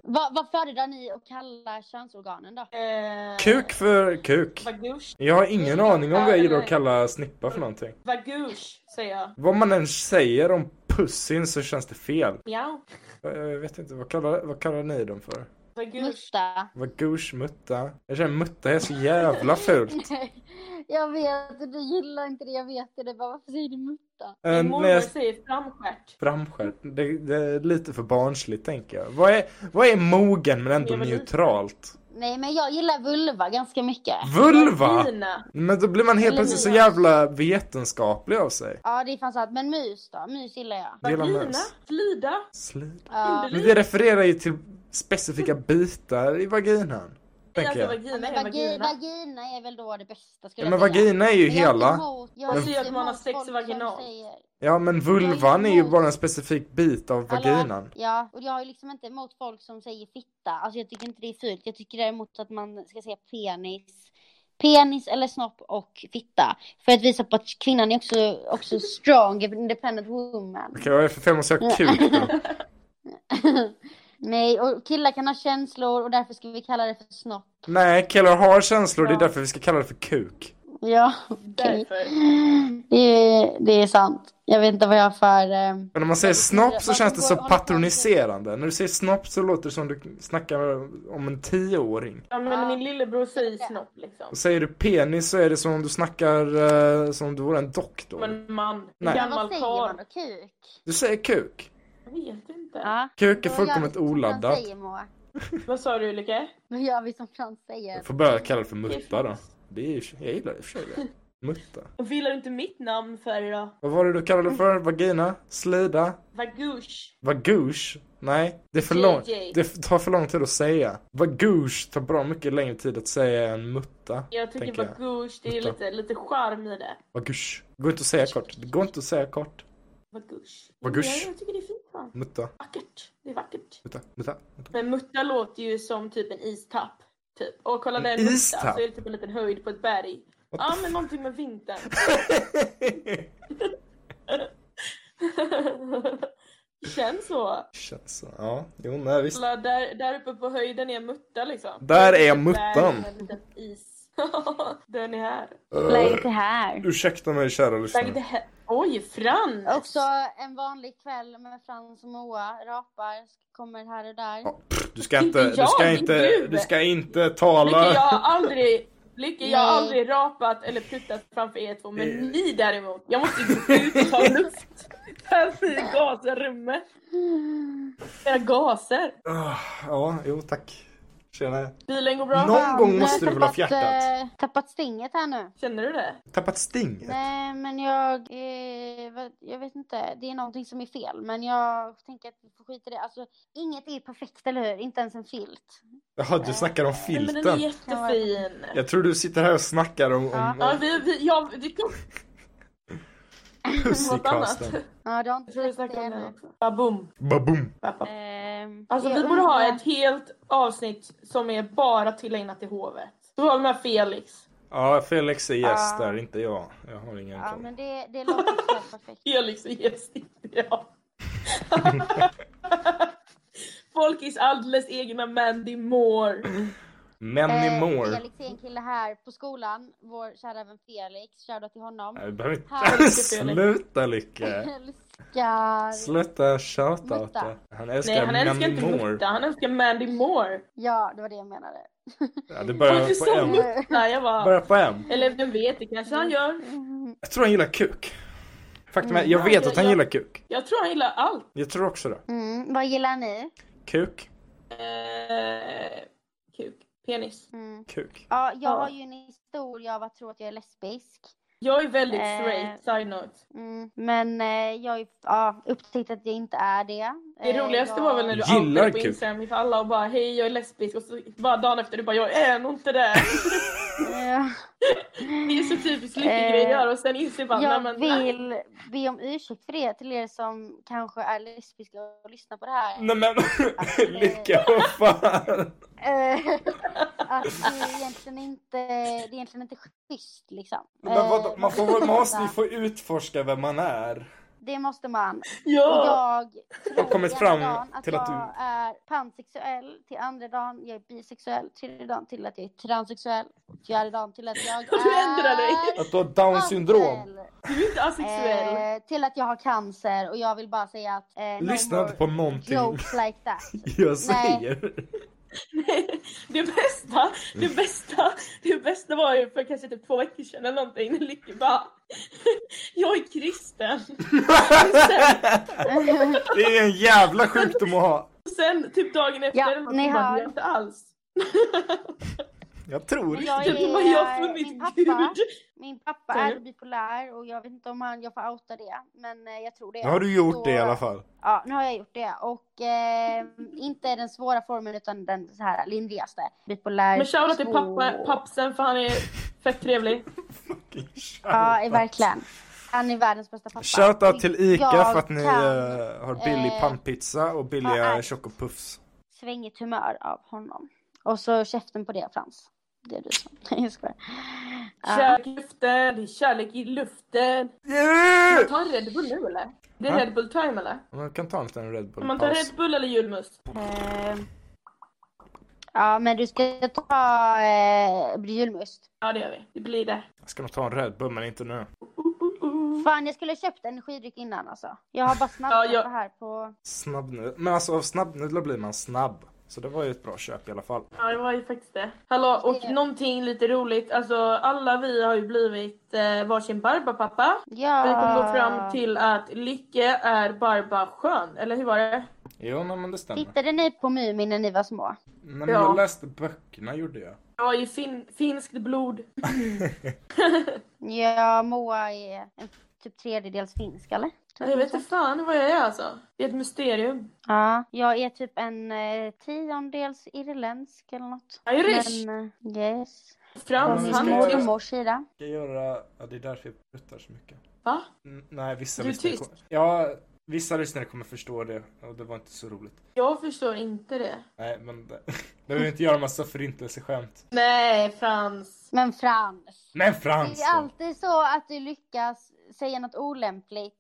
Vad, vad föredrar ni att kalla könsorganen då? Eh, Kuk för kuk. Vagush. Jag har ingen aning om vad jag gillar att kalla snippa för någonting. Vagush, säger jag. Vad man än säger om pussin så känns det fel. Miau. Jag jag vet inte, vad kallar, vad kallar ni dem för? Vagush. Musta. Vad gouge mutta? Jag känner mutta är så jävla fult. Nej, jag vet, du gillar inte det, jag vet det. det. Bara, varför säger du mutta? Äh, Min när mormor jag säger framstjärt. framskär, det, det är lite för barnsligt tänker jag. Vad är, vad är mogen men ändå Men jag var liten. neutralt? Nej, men jag gillar vulva ganska mycket. Vulva? Vagina. Men då blir man helt Eller plötsligt så mina. jävla vetenskaplig av sig. Ja, det är fan sant. Men mus då? Mus gillar jag. Det gillar Vagina. möss. Slida. Slid. Ja. Men det refererar ju till specifika bitar i vaginan. Tänker Alltså jag. vagina Men är vagi- vagina. vagina är väl då det bästa skulle Ja, men jag säga. vagina är ju Men jag är hela. inte emot- jag är Man säger inte att man har emot sex folk som vaginalt. säger- Ja men vulvan Jag är är ju emot- bara en specifik bit av Mm. Hallå? vaginan. Ja, och jag är liksom inte emot folk som säger fitta. Alltså jag tycker inte det är fult. Jag tycker däremot att man ska säga penis. Penis eller snopp och fitta. För att visa på att kvinnan är också, också strong, independent woman. Okej vad är det för fel måste jag ha Mm. kuk då? Nej, och killar kan ha känslor och därför ska vi kalla det för snopp. Nej killar har känslor, det är Ja. därför vi ska kalla det för kuk. Ja, okej. Därför. Det, är- det är sant. Jag vet inte vad jag har för... eh, Men om man säger Men det- snopp så vad känns som det går- så håller på att- patroniserande. När du säger snopp så låter det som du snackar om en tioåring. Ja Ja. men min lillebror säger snopp liksom. Och säger du penis så är det som om du snackar eh, som om du vore en doktor. Som en man. Nej. En Men vad gammal säger man karl. då? Kuk? Du säger kuk. Jag vet inte. Ja. Kuk är Vad gör vi fullkomligt som Frans oladdat. säger, Moa? Vad sa du Ulrika? Vad gör vi som Frans säger? Jag får börja kalla det för mutta då. Det är ju, jag gillar det i och för sig det. Mutta. Vill du inte mitt namn för idag? Vad var det du kallade det för? Vagina? Slida? Vagush. Vagouche? Nej, det är för långt. JJ. Det tar för lång tid att säga. Vagouche tar bra mycket längre tid att säga än mutta. Jag tycker tänker jag. vagush, det är Mutta. lite, lite charm i det. Vagouche. Det går inte att säga kort. Det går inte att säga kort. Vagush. Vagush. Jag, jag tycker det är fint fan. Mutta, Vackert. Det är vackert. mutta, mutta. mutta. Men mutta låter ju som typ en istapp. Typ. Och kolla En den mutta så istapp? är det typ en liten höjd på ett berg. What Ja the men någonting med vintern. Känns så. Känns så. Ja, jo, nej visst. Kolla, Där, där uppe på höjden är mutta liksom. Där är Ett berg muttan. med en liten Is. den är här. Läget är här. Eh, Ursäkta mig kära Like the lyssnare. he- Oj, Frans! Också en vanlig kväll med Frans och Moa. Rapar kommer här och där. Ja, pff, Du ska Inte inte, du jag, ska men inte, du! du ska inte Lycka, jag tala. har aldrig, Lycka, jag har Nej. aldrig rapat eller pruttat framför er två, men Eh. ni däremot. Jag måste gå ut och ta luft. Här i gasrummet. Era gaser. Ah, Ja, jo tack. Tjena. Bilen går bra. Någon gång Nu har jag måste du väl ha tappat, fjärtat? eh, Tappat stinget här nu. Känner du det? Tappat stinget? Nej, men jag... Eh, vad- jag vet inte. Det är någonting som är fel. Men jag tänker att vi får skita i det. Alltså, inget är perfekt, eller hur? Inte ens en filt. Jaha, du snackar om Nej, men den är filten. jättefin. Jag tror du sitter här och snackar om, Ja. om, Ja, om vi, vi, ja, det kan något annat. pussycasten. Ja, du har inte Jag tror vi sett det snackade om det ännu. också. Baboom. Baboom! Pappa. Ehm, Alltså jag vi borde ha undrar- ett helt avsnitt som är bara tillägnat till hovet. Du har med Felix. Ja, Felix är gäst Ja. där, inte jag. Jag har ingen Ja, koll. men det, det låter så perfekt. Felix är gäst, inte jag. Folkis alldeles egna Mandy Moore. Many Eh, more. Felix är en kille här på skolan, vår kära vän Felix, shoutout till honom. Nej, vi behöver inte... Här. Sluta Lycke! Älskar! Sluta tjata åt Mutta. det. Han älskar, Nej han älskar Many inte more. Mutta, han älskar Mandy Moore. Ja, det var det jag menade. Ja, det Han är börjar på så M. mutta, jag bara... Börjar på M. Eller vem vet, det kanske han gör. Mm, Jag tror han gillar kuk. Faktum är, jag Mm. vet att han Jag- gillar kuk. Jag tror han gillar allt. Jag tror också det. Mm, vad gillar ni? Kuk, Eh, kuk, penis. Mm. kuk. Ja, jag Ja. har ju en historia av att tro att jag är lesbisk. Jag är väldigt Eh. straight, side note. Mm. Men eh, jag har ja, upptäckt att jag inte är det. Det Eh, roligaste jag... var väl när du Gillar outade på kuk. Instagram inför alla och bara hej jag är lesbisk och så bara dagen efter du bara jag är nog inte det. Eh, Det är så typiskt lyckogrejer och sen inser man när Jag man... vill be om ursäkt för det till er som kanske är lesbiska och lyssnar på det här. Nej men, lycka vad fan. alltså, Eh, att det är egentligen inte, det är egentligen inte schysst liksom. Men vadå, Eh, man får, väl- man måste ju veta. få utforska vem man är. Det måste man. Och Ja! jag tror kommit ena fram dagen att till att du- jag är pansexuell, till andra dagen jag är bisexuell, tredje dagen till att jag är transsexuell, fjärde dagen till att jag är... Du ändrar dig. Att du har down syndrom. asexuell. Du är inte asexuell. Eh, till att jag har cancer och jag vill bara säga att eh, Lyssna no inte på more någonting jokes like that. jag säger. Det bästa, det bästa, det bästa var ju för kanske typ två veckor sedan eller någonting när Lycke bara Jag är kristen. Det är en jävla sjukdom att ha. Och sen typ dagen efter Ja, eller något, ni så bara, hör. "Det är inte alls. Jag tror Men jag Typ är- bara jag har min funnit pappa- Gud. Min pappa Säger är bipolär och jag vet inte om han, jag får outa det, men eh, jag tror det. Nu har du gjort det i alla fall. Ja, nu har jag gjort det och eh, inte den svåra formen utan den så här lindrigaste. Bipolär Men shoutout till två. pappa, pappsen för han är fett trevlig. Ja, är verkligen. Han är världens bästa pappa. Shoutout till ICA Jag för att ni kan, eh, har billig eh, pannpizza och ha billiga allt. chocopuffs. Svängigt humör av honom. Och så käften på det Frans. Det är du som... Jag skojar. Ja. Kärlek i luften, det är kärlek i luften. Yeah! Ta en Red Bull nu eller? Det Va? är Red Bull time eller? Man kan ta en liten Red Om man tar Bull-paus. Red Bull eller julmust? Eh, ja, men du ska ta eh, julmust. Ja det gör vi, det blir det. Jag ska nog ta en Red Bull, men inte nu. Fan, jag skulle ha köpt energidryck innan alltså. Jag har bara snabbt jag- det här på... Snabbnudlar. Men alltså av snabbnudlar blir man snabb. Så det var ju ett bra köp i alla fall. Ja, det var ju faktiskt det. Hallå, och Det- någonting lite roligt. Alltså, alla vi har ju blivit eh, varsin Barbapappa. Ja. Vi kom Ah. då fram till att Lycke är Barba skön, eller hur var det? Jo, nej, men det stämmer. Tittade ni på Mumin när ni var små? Nej, men Ja. jag läste böckerna gjorde jag. Jag har ju fin- finskt blod. Ja, Moa är en typ tredjedels finsk eller? Jag vet inte fan vad jag är alltså. Det är ett mysterium. Ja, jag är typ en eh, tiondels irländsk eller något. Irish! Men, eh, yes. Frans, Från Men han min ska- är typ... mormors sida. Ska göra... Ja, det är därför jag pruttar så mycket. Va? N- nej, vissa Du är lyssnare... tyst. Kommer... Ja, vissa lyssnare kommer förstå det. Och det var inte så roligt. Jag förstår inte det. Nej, men... det- Behöver inte göra massa förintelseskämt. Nej, Frans. Men Frans. Men Det Frans! är alltid så att du lyckas säga något olämpligt.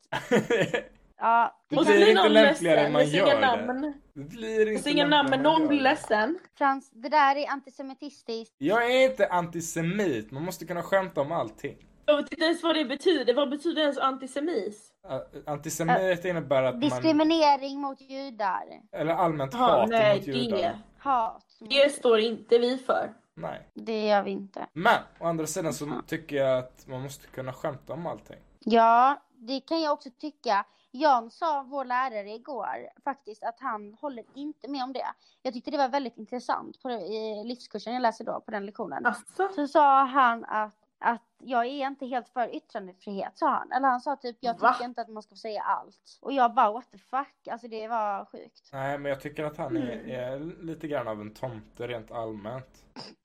Ja, det Och kan, det- är inte lämpligare ledsen. man Jag ser gör inga det. namn. Det blir Jag inte ser inga lämpligt namn, men när man någon gör blir det. ledsen. Frans, det där är antisemitiskt. Jag är inte antisemit, man måste kunna skämta om allting. Jag vet inte ens vad det betyder. Vad betyder ens antisemis? Ä- Antisemit innebär att man... Diskriminering mot judar. Eller allmänt Jaha, hat nej, mot judar. det. Hat. mot- Det står inte vi för. Nej. Det gör vi inte. Men, å andra sidan så tycker jag att man måste kunna skämta om allting. Ja, det kan jag också tycka. Jan sa, vår lärare igår, faktiskt att han håller inte med om det. Jag tyckte det var väldigt intressant på i livskursen jag läser då, på den lektionen. Alltså. Så sa han att, att jag är inte helt för yttrandefrihet, sa han. Eller han sa typ, jag Va? tycker inte att man ska få säga allt. Och jag bara, what the fuck? Alltså det var sjukt. Nej, men jag tycker att han Mm. är, är lite grann av en tomte rent allmänt.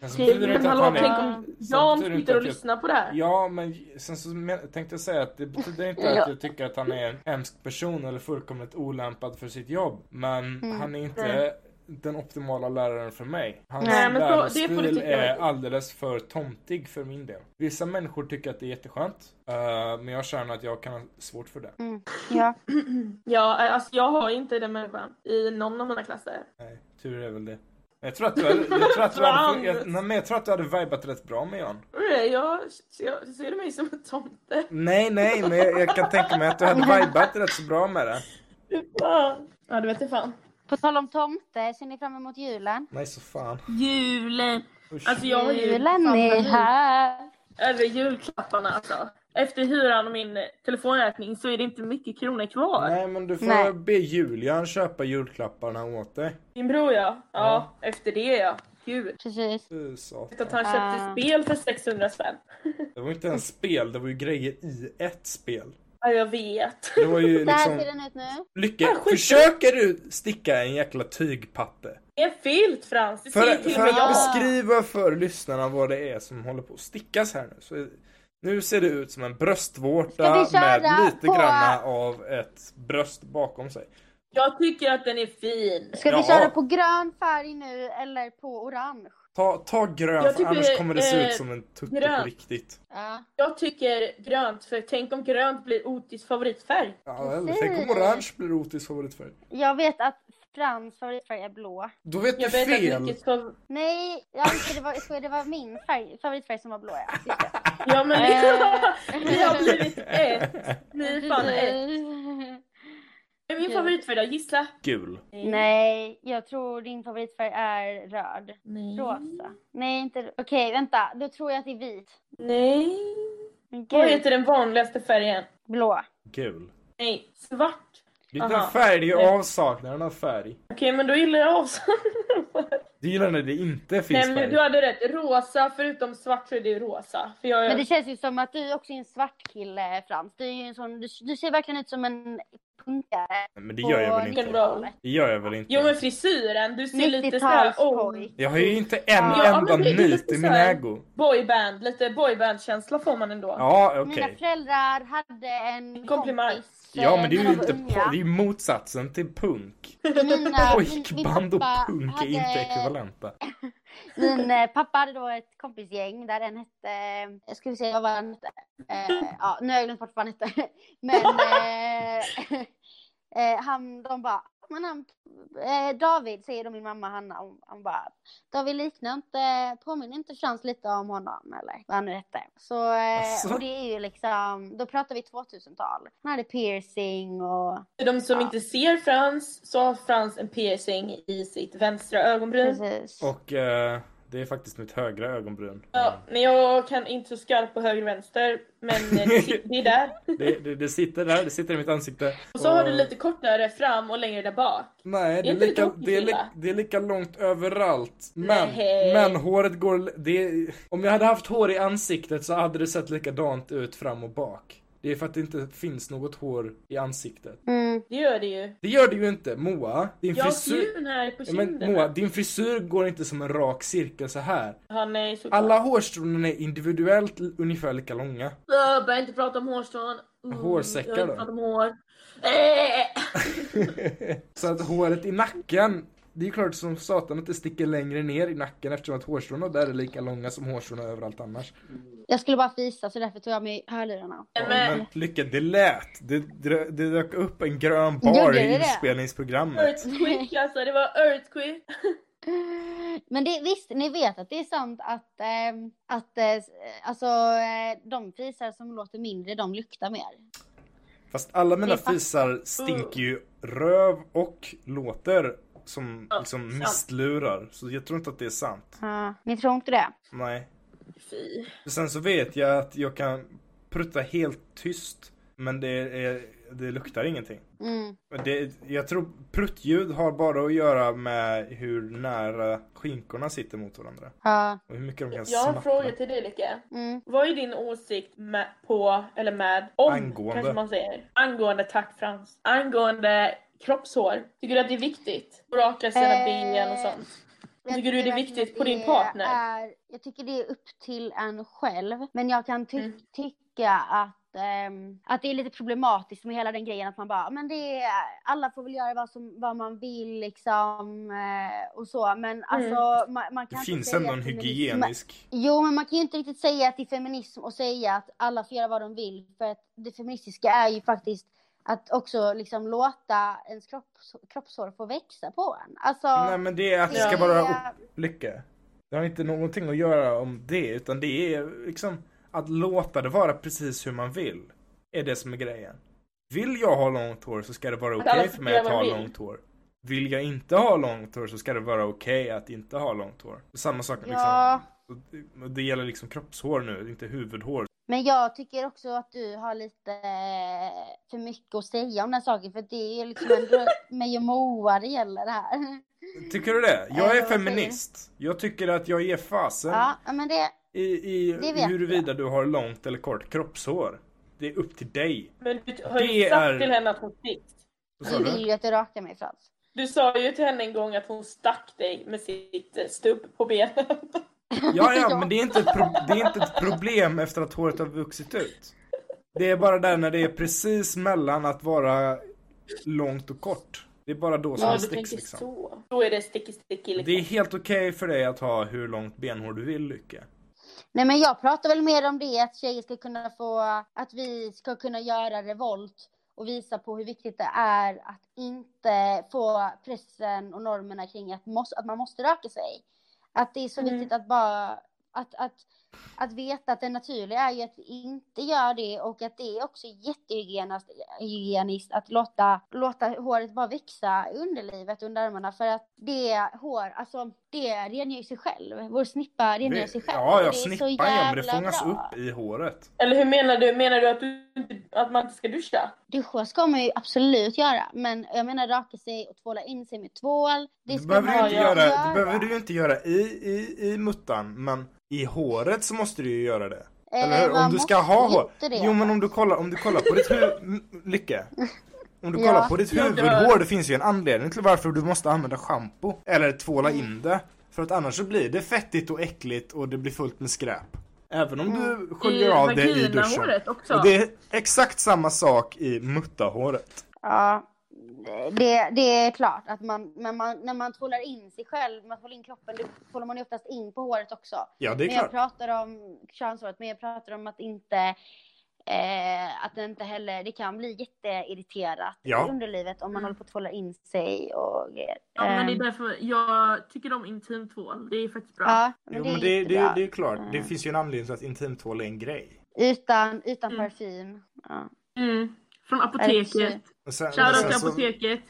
Men så Okej, betyder det Typ, Men inte att hallå, han är- tänk om är... Jan betyder det inte sitter och att jag- lyssnar på det här. Ja, men sen så men- tänkte jag säga att det betyder inte att Ja. jag tycker att han är en hemsk person eller fullkomligt olämpad för sitt jobb. Men Mm. han är inte Nej. den optimala läraren för mig. Hans Nej, men så- det får du lärarstil tycka är väl. alldeles för tomtig för min del. Vissa människor tycker att det är jätteskönt. eh, men jag känner att jag kan ha svårt för det. Mm. Ja. Ja, alltså jag har ju inte den människan i någon av mina klasser. Nej, tur är väl det. Jag tror att du hade, jag tror att du hade, jag, nej, men jag tror att du hade vibat rätt bra med Jan. Nej, Jag jag ser mig som en tomte. Nej, nej, men jag, jag kan tänka mig att du hade vibat rätt så bra med det. Fy fan. Ja, du vet det fan. På tal om tomte, ser ni fram emot julen? Nej, så fan. Julen. Usch. Alltså jag har ju... Julen fan, är jul- här. Över julklapparna alltså. Efter hyran och min telefonräkning så är det inte mycket kronor kvar. Nej men du får Nej. be Julian köpa julklapparna åt dig. Din bror ja. ja. Ja. efter det ja. Gud. Precis. Fy Vet Att han satan. köpte Ah. spel för 600 spänn. Det var inte ens spel, det var ju grejer i ett spel. Ja, jag vet. Det var ju Så här ser liksom... den ut nu. Lycka, försöker du sticka en jäkla tygpatte? en filt Frans, det För, säger till och för med att Ja. jag. beskriva för lyssnarna vad det är som håller på att stickas här nu. Så nu ser det ut som en Ska vi bröstvårta köra med lite på- granna av ett bröst bakom sig. Jag tycker att den är fin. Ska vi Ja. köra på grön färg nu eller på orange? Ta, ta grön, Jag för tycker, annars kommer det se eh, ut som en tutte på grön. riktigt. Ja. Jag tycker grönt, för tänk om grönt blir Otis favoritfärg. Ja, eller Precis. tänk om orange blir Otis favoritfärg. Jag vet att Frans favoritfärg är blå. Då vet du Jag vet att fel. mycket ska... Nej, jag inte det var, så det var min färg, favoritfärg som var blå. Ja. Just det. Ja men Eh. vi har blivit ett. Ni är fan ett. Vad är min favoritfärg då? Gissla. Gul. Nej, jag tror din favoritfärg är röd. Rosa. Nej, inte Okej, vänta. Då tror jag att det är vit. Nej. Men Gud, Vad heter den vanligaste färgen? blå. Gul. Nej, svart. Det är inte Aha. en färg, det Nej. är avsaknaden av färg. Okej, men då gillar jag också. Du gillar när det inte finns Nej, men färg. du hade rätt. Rosa, förutom svart så är det ju rosa. För jag... Men det känns ju som att du också är en svart kille, Frans. Du, är ju en sån, du, du ser verkligen ut som en punkare. Men det gör jag väl vilken inte. bra- Det gör jag väl inte. Jo, men frisyren. Du ser lite såhär... Oh, Nittiotalspojk. Jag har ju inte en Ja, men enda det är lite nit i så min här. ägo. boyband. Lite boyband-känsla får man ändå. Ja, okej. Mina föräldrar hade en Komplimang. kompis. eh, Ja, men det är när ju de var inte unga. po- det är ju motsatsen till punk. Mina, min, min, Pojkband och pappa punk är hade, inte ekvivalenta. min eh, pappa hade då ett kompisgäng där en hette, jag ska vi se vad var han hette? Eh, ja, nu har jag glömt bort vad han hette. Men eh, eh, han, de bara, men han, eh, David säger då min mamma Hanna, hon, hon bara, David liknar inte, påminner inte Frans lite om honom eller vad han nu hette. Så, Asså? eh, och det är ju liksom, då pratar vi 2000-tal. Han hade piercing och För de som Ja. inte ser Frans så har Frans en piercing i sitt vänstra ögonbryn. precis. Och eh, det är faktiskt mitt högra ögonbryn. Ja, men jag kan inte så skarpt på höger och vänster, men eh, det sit- det är där. Det, det, det sitter där, det sitter i mitt ansikte. Och så har du lite kortare fram och längre där bak. Nej, det det är är, inte lika, lite det, är li, hockeyfylla. det är lika långt överallt. Men, Nej. men håret går... l- Det är, om jag hade haft hår i ansiktet så hade det sett likadant ut fram och bak. Det är för att det inte finns något hår i ansiktet. Mm. Det gör det ju. Det gör det ju inte, Moa. Din Jag har frisyr... fjun här på Ja, men kinden. Moa, din frisyr går inte som en rak cirkel så här. Han är så Alla hårstrån är individuellt l- ungefär lika långa. Jag börjar inte prata om hårstrån. Mm, Hårsäckar jag vill då? inte prata om hår. Eh! så att håret i nacken, det är ju klart som satan att det sticker längre ner i nacken eftersom att hårstråna där är lika långa som hårstråna överallt annars. Jag skulle bara fisa så därför tog jag mig hörlurarna. Ja, Men- men lycka, det lät. Det, drö- det dök upp en grön bar Gjorde i det det? inspelningsprogrammet. Earthquake alltså, det var earthquake. Men det, visst, ni vet att det är sant att, ehm, att eh, alltså, eh, de fisar som låter mindre, de luktar mer. Fast alla mina Det är fa- fisar stinker ju röv och låter som liksom sant. mistlurar. Så jag tror inte att det är sant. Ja, ni tror inte det? Nej. Fy. Sen så vet jag att jag kan prutta helt tyst men det, är, det luktar ingenting. Mm. Men Det, jag tror pruttljud har bara att göra med hur nära skinkorna sitter mot varandra. Ja. Och hur mycket de kan Jag har en fråga smattra. till dig Lycke. Mm. Vad är din åsikt med, på, eller med, om Angående. kanske man säger. Angående, tack Frans. Angående kroppshår. Tycker du att det är viktigt? Att raka sina Eh, ben och sånt. Jag Tycker du det är verkligen viktigt att på din det partner? Är, jag tycker det är upp till en själv. Men jag kan ty- Mm. tycka att, ehm, att det är lite problematiskt med hela den grejen att man bara, men det är, alla får väl göra vad, som, vad man vill liksom eh, och så. Mm. Men alltså man, man Det kan inte finns säga ändå en att feminism- hygienisk... Jo, men man kan ju inte riktigt säga att det är feminism och säga att alla får göra vad de vill. För att det feministiska är ju faktiskt att också liksom låta ens kropps, kroppshår få växa på en. Alltså, Nej men det är att det ska det vara är- upp- lycka. Det har inte någonting att göra om det utan det är liksom att låta det vara precis hur man vill. Är det som är grejen. Vill jag ha långt hår så ska det vara okej alla får för mig att göra ha vad de vill. långt hår. Vill jag inte ha långt hår så ska det vara okej att inte ha långt hår. Samma sak liksom. Ja. Och- och Det gäller liksom kroppshår nu, inte huvudhår. Men jag tycker också att du har lite eh, för mycket att säga om den här saken. För det är liksom ändå mig och Moa det gäller det här. Tycker du det? Eh, vad Jag är säger du? feminist. Jag tycker att jag ger fasen Ja, ja, men det... i, Det i vet huruvida du har långt eller kort kroppshår. Det är upp till dig. Men du har Det ju sagt är- till henne att hon sitter. Vad sa Du vill du? ju att du rakar mig Frans. Du sa ju till henne en gång att hon stack dig med sitt eh, stubb på benet. Ja, ja, men det är, inte ett pro- det är inte ett problem efter att håret har vuxit ut. Det är bara där när det är precis mellan att vara långt och kort. Det är bara då som Ja, det du sticks tänker liksom. så. Då är det sticky sticky liksom. Det är helt okej för dig att ha hur långt benhår du vill, Lycke. Nej men jag pratar väl mer om det, att tjejer ska kunna få, att vi ska kunna göra revolt och visa på hur viktigt det är att inte få pressen och normerna kring att, måste, att man måste röka sig. Att det är så Mm. viktigt att bara, att, att, att veta att det naturliga är ju att vi inte gör det och att det är också jättehygieniskt hygieniskt att låta, låta håret bara växa i underlivet, under armarna för att det hår, alltså det rengör ju sig själv. Vår snippa rengör sig själv. Ja, Det är jag så snippar ja, men det jävla fångas bra. upp i håret. Eller hur menar du? Menar du att, du, inte- att man inte ska duscha? Duscha ska man ju absolut göra, men jag menar raka sig och tvåla in sig med tvål. Det, ska behöver, du man inte ju göra, det behöver du ju inte göra i, i, i muttan, men i håret så måste du ju göra det. Eh, Eller hur? man Om du ska måste ha ju hår. inte det. Jo men om du kollar, om du kollar på ditt huvud, Lycke. Om du Ja. kollar på ditt Jag huvudhår, det finns ju en anledning till varför du måste använda schampo. Eller tvåla Mm. in det. För att annars så blir det fettigt och äckligt och det blir fullt med skräp. Även om Mm. du sköljer av det i duschen. vaginahåret också. Och det är exakt samma sak i muttahåret. Ja, det, det är klart att man, men man, när man tvålar in sig själv, man tvålar in kroppen, då tvålar man ju oftast in på håret också. Ja det är men jag klart. pratar om könshåret, men jag pratar om att inte Eh, att det inte heller, det kan bli jätteirriterat Ja. i underlivet om man Mm. håller på att tvåla in sig och grejer. Ja, men det är Ehm, därför jag tycker om intimtvål. Det är faktiskt bra. ja, Jo men det är men det, det, jättebra. det är klart. Det Mm. finns ju en anledning till att intimtvål är en grej. Utan, utan Mm. parfym. Ja. Mm. Från Verkligen. apoteket. Och sen, och Shoutout till sen alltså, så- apoteket.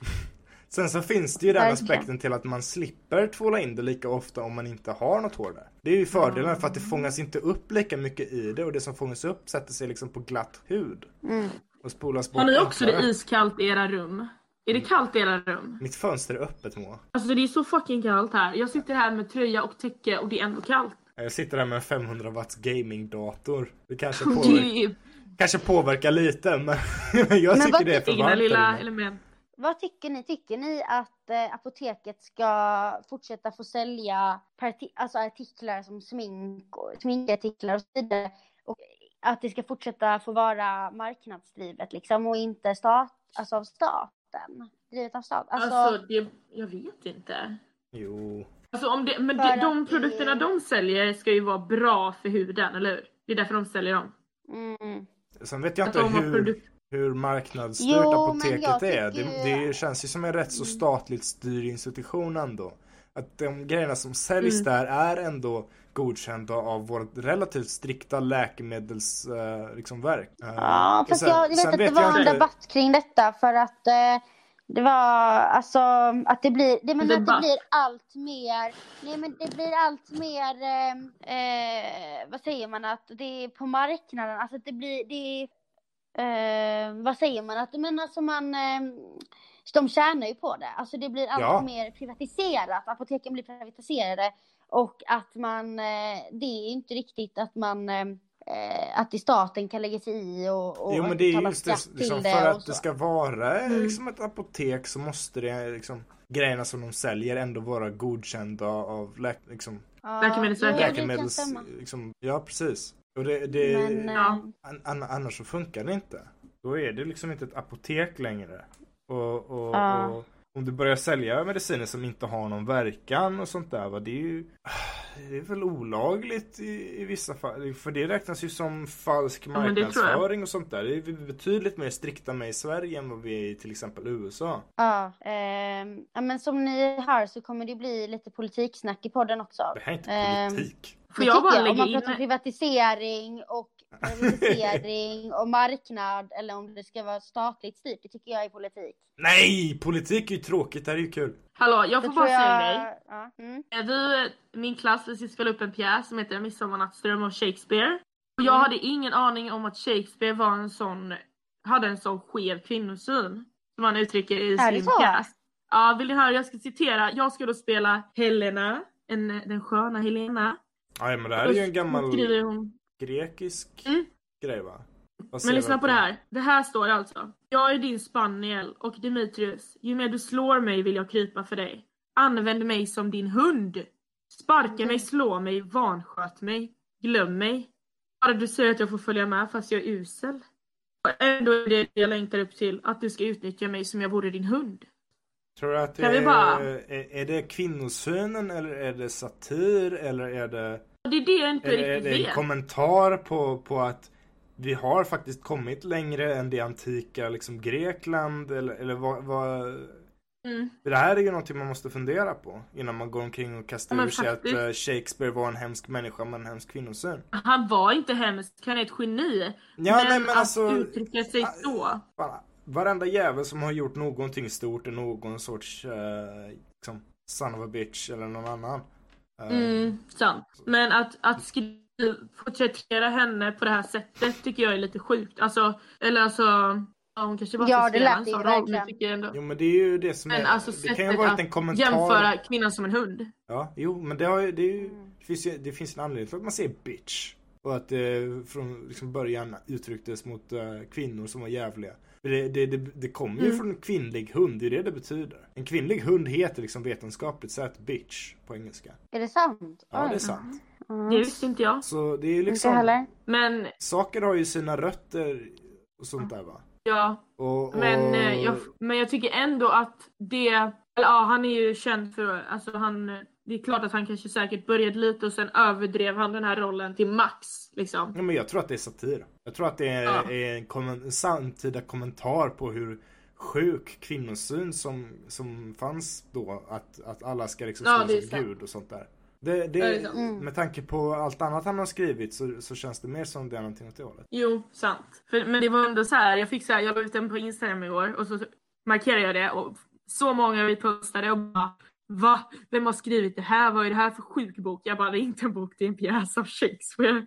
Sen så finns det ju den Verkligen. aspekten till att man slipper tvåla in det lika ofta om man inte har något hår där. Det är ju fördelen för att det fångas inte upp lika mycket i det och det som fångas upp sätter sig liksom på glatt hud Mm. och spolas bort. Har ni också det enklare. iskallt i era rum? Är det Mm. kallt i era rum? Mitt fönster är öppet Moa. Alltså det är så fucking kallt här. Jag sitter här med tröja och täcke och det är ändå kallt. Jag sitter här med en 500 watts gamingdator. Det kanske påverkar, Det är kanske påverkar lite men men jag Men tycker vad det är för egna varmt där lilla inne. element. Vad tycker ni? Tycker ni att eh, apoteket ska fortsätta få sälja parti- alltså artiklar som smink och sminkartiklar och så vidare? Och att det ska fortsätta få vara marknadsdrivet liksom och inte stat, alltså av staten? Drivet av staten? Alltså, Alltså, det, jag vet inte. Jo. Alltså om det, men För det, att de det- produkterna de säljer ska ju vara bra för huden, eller hur? Det är därför de säljer dem. mm. Sen vet jag Att inte de har hur, produkt... hur marknadsstyrt Jo, men apoteket jag är. Det, tycker ju- Mm. det känns ju som en rätt så statligt styrd institution ändå. Att de grejerna som säljs Mm. där är ändå godkända av vårt relativt strikta läkemedelsverk. Liksom, verk. Eh, Ja, och fast sen- jag, jag vet sen att det var en inte- debatt kring detta för att eh, det var alltså att det blir, det, men att det Debatt. blir allt mer, nej men det blir allt mer, eh, eh, vad säger man att det är på marknaden, alltså att det blir, det är, eh, vad säger man att, men alltså man, eh, de tjänar ju på det, alltså det blir allt Ja. mer privatiserat, apoteken blir privatiserade och att man, eh, det är inte riktigt att man eh, eh, att det staten kan lägga sig i och, och Jo men det är betala just det, skatt liksom, till för det och att så. det ska vara eh, Mm. liksom ett apotek så måste det liksom grejerna som de säljer ändå vara godkända av läk, liksom, Ja, Läkemedelsverket. jo, det kan läkemedels... stämma. Liksom, ja precis. Och det, det, Men, Ja. eh, An- an- annars så funkar det inte. Då är det liksom inte ett apotek längre. Och, och, Ja. och om du börjar sälja mediciner som inte har någon verkan och sånt där va, det är ju det är väl olagligt i, i vissa fall. För det räknas ju som falsk men det tror jag. marknadsföring och sånt där. Det är vi betydligt mer strikta med i Sverige än vad vi är i till exempel USA. ja, ehm, ja, men som ni hör så kommer det bli lite politiksnack i podden också. Det här är inte Ehm, politik. Får Det jag tycker bara Om lägga man in... pratar om privatisering och privatisering och marknad eller om det ska vara statligt styrt, det tycker jag är politik. Nej! Politik är ju tråkigt, det här är ju kul. Hallå, jag Då får tror bara säga en grej. jag... Ja, mm. Eh, Vi, min klass, vi ska spela upp en pjäs som heter Midsommarnattsdröm av Shakespeare. Och jag Mm. hade ingen aning om att Shakespeare var en sån, hade en sån skev kvinnosyn. Som han uttrycker i Är det sin så? pjäs. Ja, vill ni höra? Jag ska citera. Jag ska då spela Helena, en, den sköna Helena. Nej men det här är ju en Och så gammal skriver hon, grekisk Mm. grej va? Vad ser Men lyssna vi på det här. Det här står alltså. Jag är din spaniel och Dimitrius. Ju mer du slår mig vill jag krypa för dig. Använd mig som din hund. Sparka mig, slå mig, vansköt mig. Glöm mig. Bara du säger att jag får följa med fast jag är usel. Och ändå är det jag längtar upp till. Att du ska utnyttja mig som jag vore din hund. Tror du att det Kan vi är, bara- är, är det kvinnosynen eller är det satir eller är det, Och det är det jag inte är det, är riktigt det en vet. kommentar på, på att vi har faktiskt kommit längre än det antika liksom Grekland eller, eller vad, vad, Mm. Det här är ju någonting man måste fundera på innan man går omkring och Ja, kastar men ur sig att faktiskt. eh, Shakespeare var en hemsk människa med en hemsk kvinnosyn. Han var inte hemsk, han är ett geni. Ja, men, nej, men att alltså- uttrycka sig så. Fan, Varenda jävel som har gjort någonting stort är någon sorts eh, liksom, son of a bitch eller någon annan. Eh, Mm, sant. Men att, att skri- porträttera henne på det här sättet tycker jag är lite sjukt. Alltså, eller alltså, ja, hon kanske bara Ja, ska det spela lät en ju sån roll. Men verkligen. jag tycker ändå. Jo men det är ju det som Men är, alltså det kan ju sättet ha varit en att kommentar. jämföra Mm. kvinnan som en hund. Ja, jo men det, har, ju- det, är ju, det, finns ju, det finns en anledning för att man säger bitch. Och att det från liksom början uttrycktes mot eh, kvinnor som var jävliga. För Det, det, det, det kommer ju Mm. från en kvinnlig hund, det är det det betyder. En kvinnlig hund heter liksom vetenskapligt sett bitch på engelska. Är det sant? Ja, det är Oj. sant. Mm. Det visste inte jag. Så det är ju Inte liksom, heller. Men saker har ju sina rötter och sånt där va. ja, Och, och, men, eh, jag, men jag tycker ändå att det, eller ja han är ju känd för, alltså han, eh, det är klart att han kanske säkert började lite och sen överdrev han den här rollen till max liksom. Ja, men jag tror att det är satir. Jag tror att det är, Ja. är en, kommen, en samtida kommentar på hur sjuk kvinnosyn som, som fanns då. Att, att alla ska liksom Ja, stå det är som sant. gud och sånt där. Det, det, Ja, det är sant. Mm. Med tanke på allt annat han har skrivit så, så känns det mer som det är någonting åt det hållet. Jo, sant. För, men det var ändå så här, jag fick så här, jag la ut den på Instagram igår och så markerade jag det och så många repostade och bara Va? Vem har skrivit det här? Vad är det här för sjuk bok? Jag bara, det är inte en bok, det är en pjäs av Shakespeare.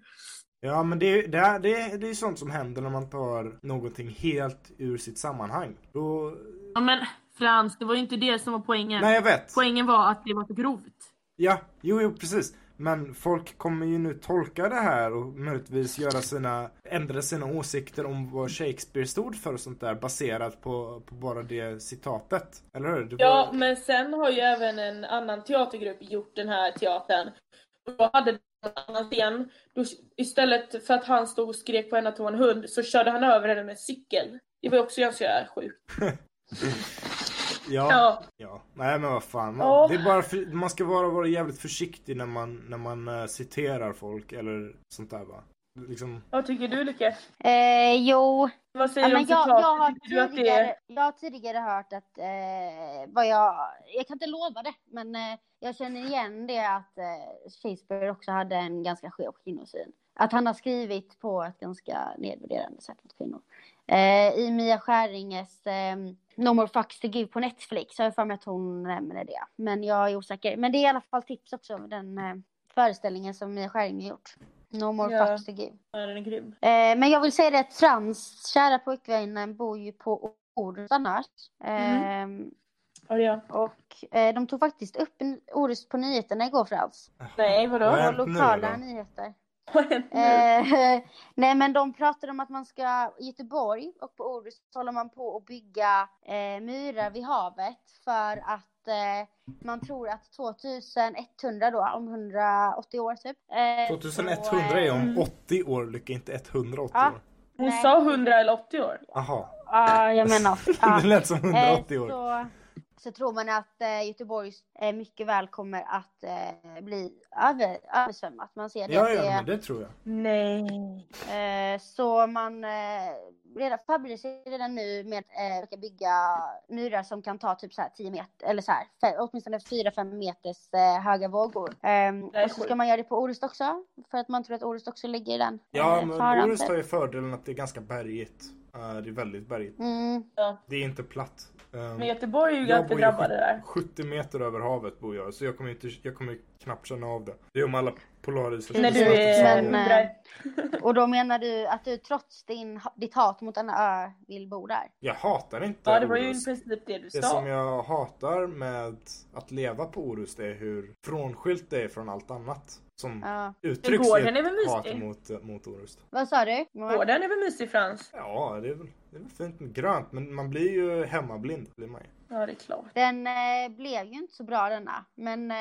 Ja men det, det, är- det, är- det är ju sånt som händer när man tar någonting helt ur sitt sammanhang. Då, Ja men Frans, det var ju inte det som var poängen. nej jag vet. Poängen var att det var för grovt. Ja, jo, jo precis. Men folk kommer ju nu tolka det här och möjligtvis göra sina, ändra sina åsikter om vad Shakespeare stod för och sånt där baserat på, på bara det citatet. Eller hur? Det Ja, mm, var- men sen har ju även en annan teatergrupp gjort den här teatern. Och då hade de en annan scen. Då, istället för att han stod och skrek på henne att hon var en hund så körde han över henne med en cykel. Det var ju också ganska sjukt. ja, Ja. ja. Nej men vad fan. Man, Ja. det är bara för, man ska vara, vara jävligt försiktig när man, när man eh, citerar folk eller sånt där va. Liksom, Vad tycker du Lykke? Eh, jo, Vad säger ja, du om men jag, citatet? jag, har tycker du att det tidigare, är... jag har tidigare hört att, eh, vad jag, jag kan inte lova det, men eh, jag känner igen det att eh, Shakespeare också hade en ganska skev kvinnosyn. Att han har skrivit på ett ganska nedvärderande sätt mot kvinnor. Eh, I Mia Skäringes eh, No more fucks to give på Netflix så har jag för mig att hon nämner det. Men jag är osäker. Men det är i alla fall tips också, den eh, föreställningen som Mia Skäring har gjort. No more Ja. fucks to give. Ja, den är grym. Eh, men jag vill säga det att Frans kära pojkvännen bor ju på Orust annars. Eh, Ja, det gör. Och eh, de tog faktiskt upp en- Orust på nyheterna igår Frans. Nej, Vad På har vadå? hänt nu lokala då? nyheter. Vad har hänt nu? Eh, nej men de pratar om att man ska, i Göteborg och på Orust så håller man på att bygga eh, murar vid havet för att eh, man tror att 2100 då, om 180 år typ. Eh, 2100 så, eh, är om Mm. 80 år Lycka, inte 180 Ja. år. Hon nej. sa 100 eller 80 år. Aha. Ja, jag menar. ja. det lät som Eh, 180 år. Så, så tror man att eh, Göteborg eh, mycket väl kommer att eh, bli över, översvämmat. Man ser det. Ja, att ja, det- men det tror jag. Nej. Eh, så man eh, redan, förbereder sig redan nu med att eh, bygga murar som kan ta typ så här 10 meter, eller så här, fe- åtminstone 4-5 meters eh, höga vågor. Ehm, Det är och så ska sjukt. man göra det på Orust också, för att man tror att Orust också ligger i den Ja, eh, men faran Orust typ. har ju fördelen att det är ganska bergigt. Eh, Det är väldigt bergigt. Mm, Det är inte platt. Ehm, Men Göteborg är ju jag ganska bor ju drabbade där. 70 meter över havet bor jag, så jag kommer, inte, jag kommer knappt känna av det. Det är om alla polarisar När du Men, är eh, 100 och då menar du att du trots din, ditt hat mot denna ö vill bo där? Jag hatar inte Ja, det var ju i Orust. princip det du Det som sa. jag hatar med att leva på Orust är hur frånskilt det är från allt annat. som Ja. uttrycks i Gården är väl ett hat mysig? mot, mot Orust. Vad sa du? Moa? Gården är väl mysig Frans? Ja, det är, väl, det är väl fint med grönt, men man blir ju hemmablind. Blir man ju. Ja det är klart. Den eh, blev ju inte så bra denna. Men eh,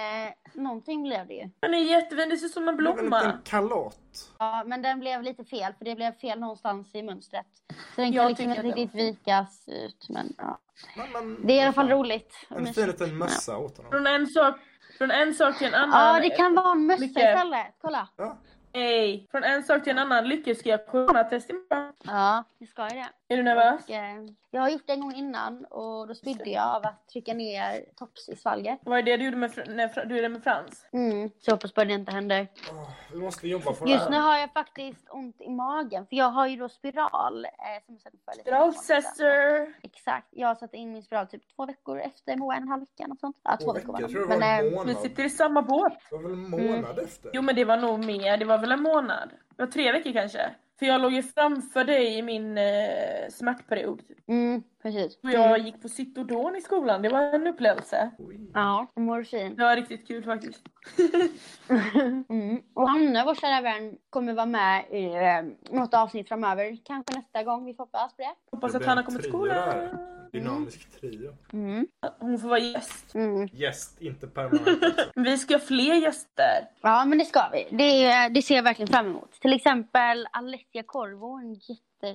någonting blev det ju. Den är jättefin, det ser ut som en Det är väl inte blomma. en kalott? Ja, men den blev lite fel. För det blev fel någonstans i mönstret. Så den Jag kan liksom tycker inte att den riktigt vikas ut. Men, ja. Men, men, Det är i alla fall roligt. och En fin mysigt. liten mössa åt honom. Från en sak, från en sak till en annan. Ja, det kan vara en mössa Mycket. istället. Kolla. Ja. Ej. Från en sak till en annan. Lyckas ska jag coronatest imorgon. Ja, vi ska ju det. Är du nervös? Och, eh, jag har gjort det en gång innan och då spydde jag av att trycka ner tops i svalget. Vad är det du gjorde med, Fr- när Fr- du gjorde med Frans? Mm, så hoppas bara det inte händer. Åh, vi måste jobba på det Just nu här. har jag faktiskt ont i magen för jag har ju då spiral. Eh, som jag satte för lite Bra månader sedan. sister! Exakt, jag satte in min spiral typ två veckor efter Moa, en och en halv vecka något sånt. Ja, två, Två veckor veckor, var jag det. tror det var Men, Mm. en eh, månad. Vi sitter i samma båt. Det var väl en månad efter? Jo men det var nog mer, det var väl en månad? Det var tre veckor kanske? För jag låg ju framför dig i min eh, smärtperiod. mm, precis. Och jag gick på Citodon i skolan, det var en upplevelse. Oj. Ja, och morfin. Det var riktigt kul faktiskt. Mm. Och Hanna, vår kära vän, kommer vara med i eh, något avsnitt framöver. Kanske nästa gång, vi får hoppas på det. Hoppas Det att blir Hanna en kommer till trio skolan. där. Dynamisk trio. Mm. Hon får vara gäst. Mm. Gäst, inte permanent. alltså. Men vi ska ha fler gäster. Ja, men det ska vi. Det, är- eh, det ser jag verkligen fram emot. Till exempel Alessia Corvo, en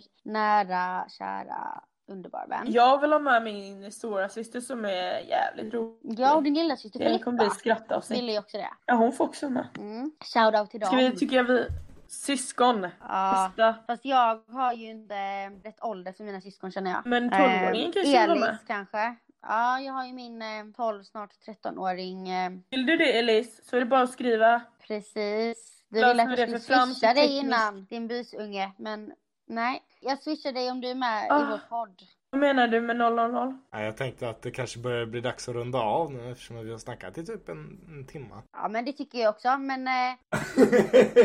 jättenära, kära, underbar vän. Ja, Jag vill ha med min stora syster som är jävligt rolig. och din lilla syster Det kommer bli Filippa skratt av sig. ville ju också det. Ja, hon får också med. Mm. Shoutout till dem. Ska vi, typ- tycker jag vi... Syskon. Ja. Bästa. Fast jag har ju inte rätt ålder för mina syskon känner jag. Ehm, Men tolvåringen kanske vill vara med. Elis kanske. Ja, jag har ju min eh, 12, snart 13-åring. Eh, Vill du det Elise så är det bara att skriva. precis. Du Löser ville att vi jag det skulle för fram swisha till dig tekniskt? innan, din busunge. Men nej, jag swishar dig om du är med i Ah. vår podd. Vad menar du med 000? Nej, jag tänkte att det kanske börjar bli dags att runda av nu eftersom vi har snackat i typ en, en timma. Ja, men det tycker jag också. Men eh,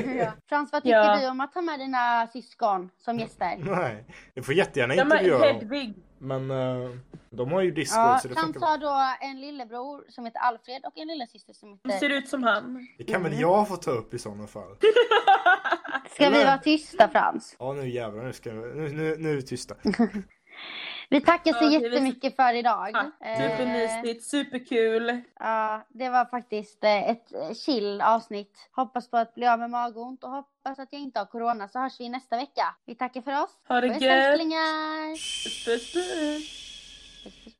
ja. Frans, vad tycker Ja. du om att ta med dina syskon som gäster? Nej, du får jättegärna Ja, men intervjua dem. Hedvig. Men eh, de har ju Discord Ja, så det Frans funkar. bra. har då en lillebror som heter Alfred och en lillasyster som Hon ser heter... ut som han. Det kan väl jag få ta upp i sådana fall. Ska vi Eller? vara tysta, Frans? Ja, nu jävlar, nu ska vi, nu, nu, nu är vi tysta. Vi tackar så Ja, det är väl- jättemycket för idag. Ja, Eh, Supermysigt, superkul. ja, det var faktiskt eh, ett eh, chill avsnitt. Hoppas på att bli av med magont och hoppas att jag inte har corona så hörs vi nästa vecka. Vi tackar för oss. Ha det Puss gött. älsklingar! Puss, puss.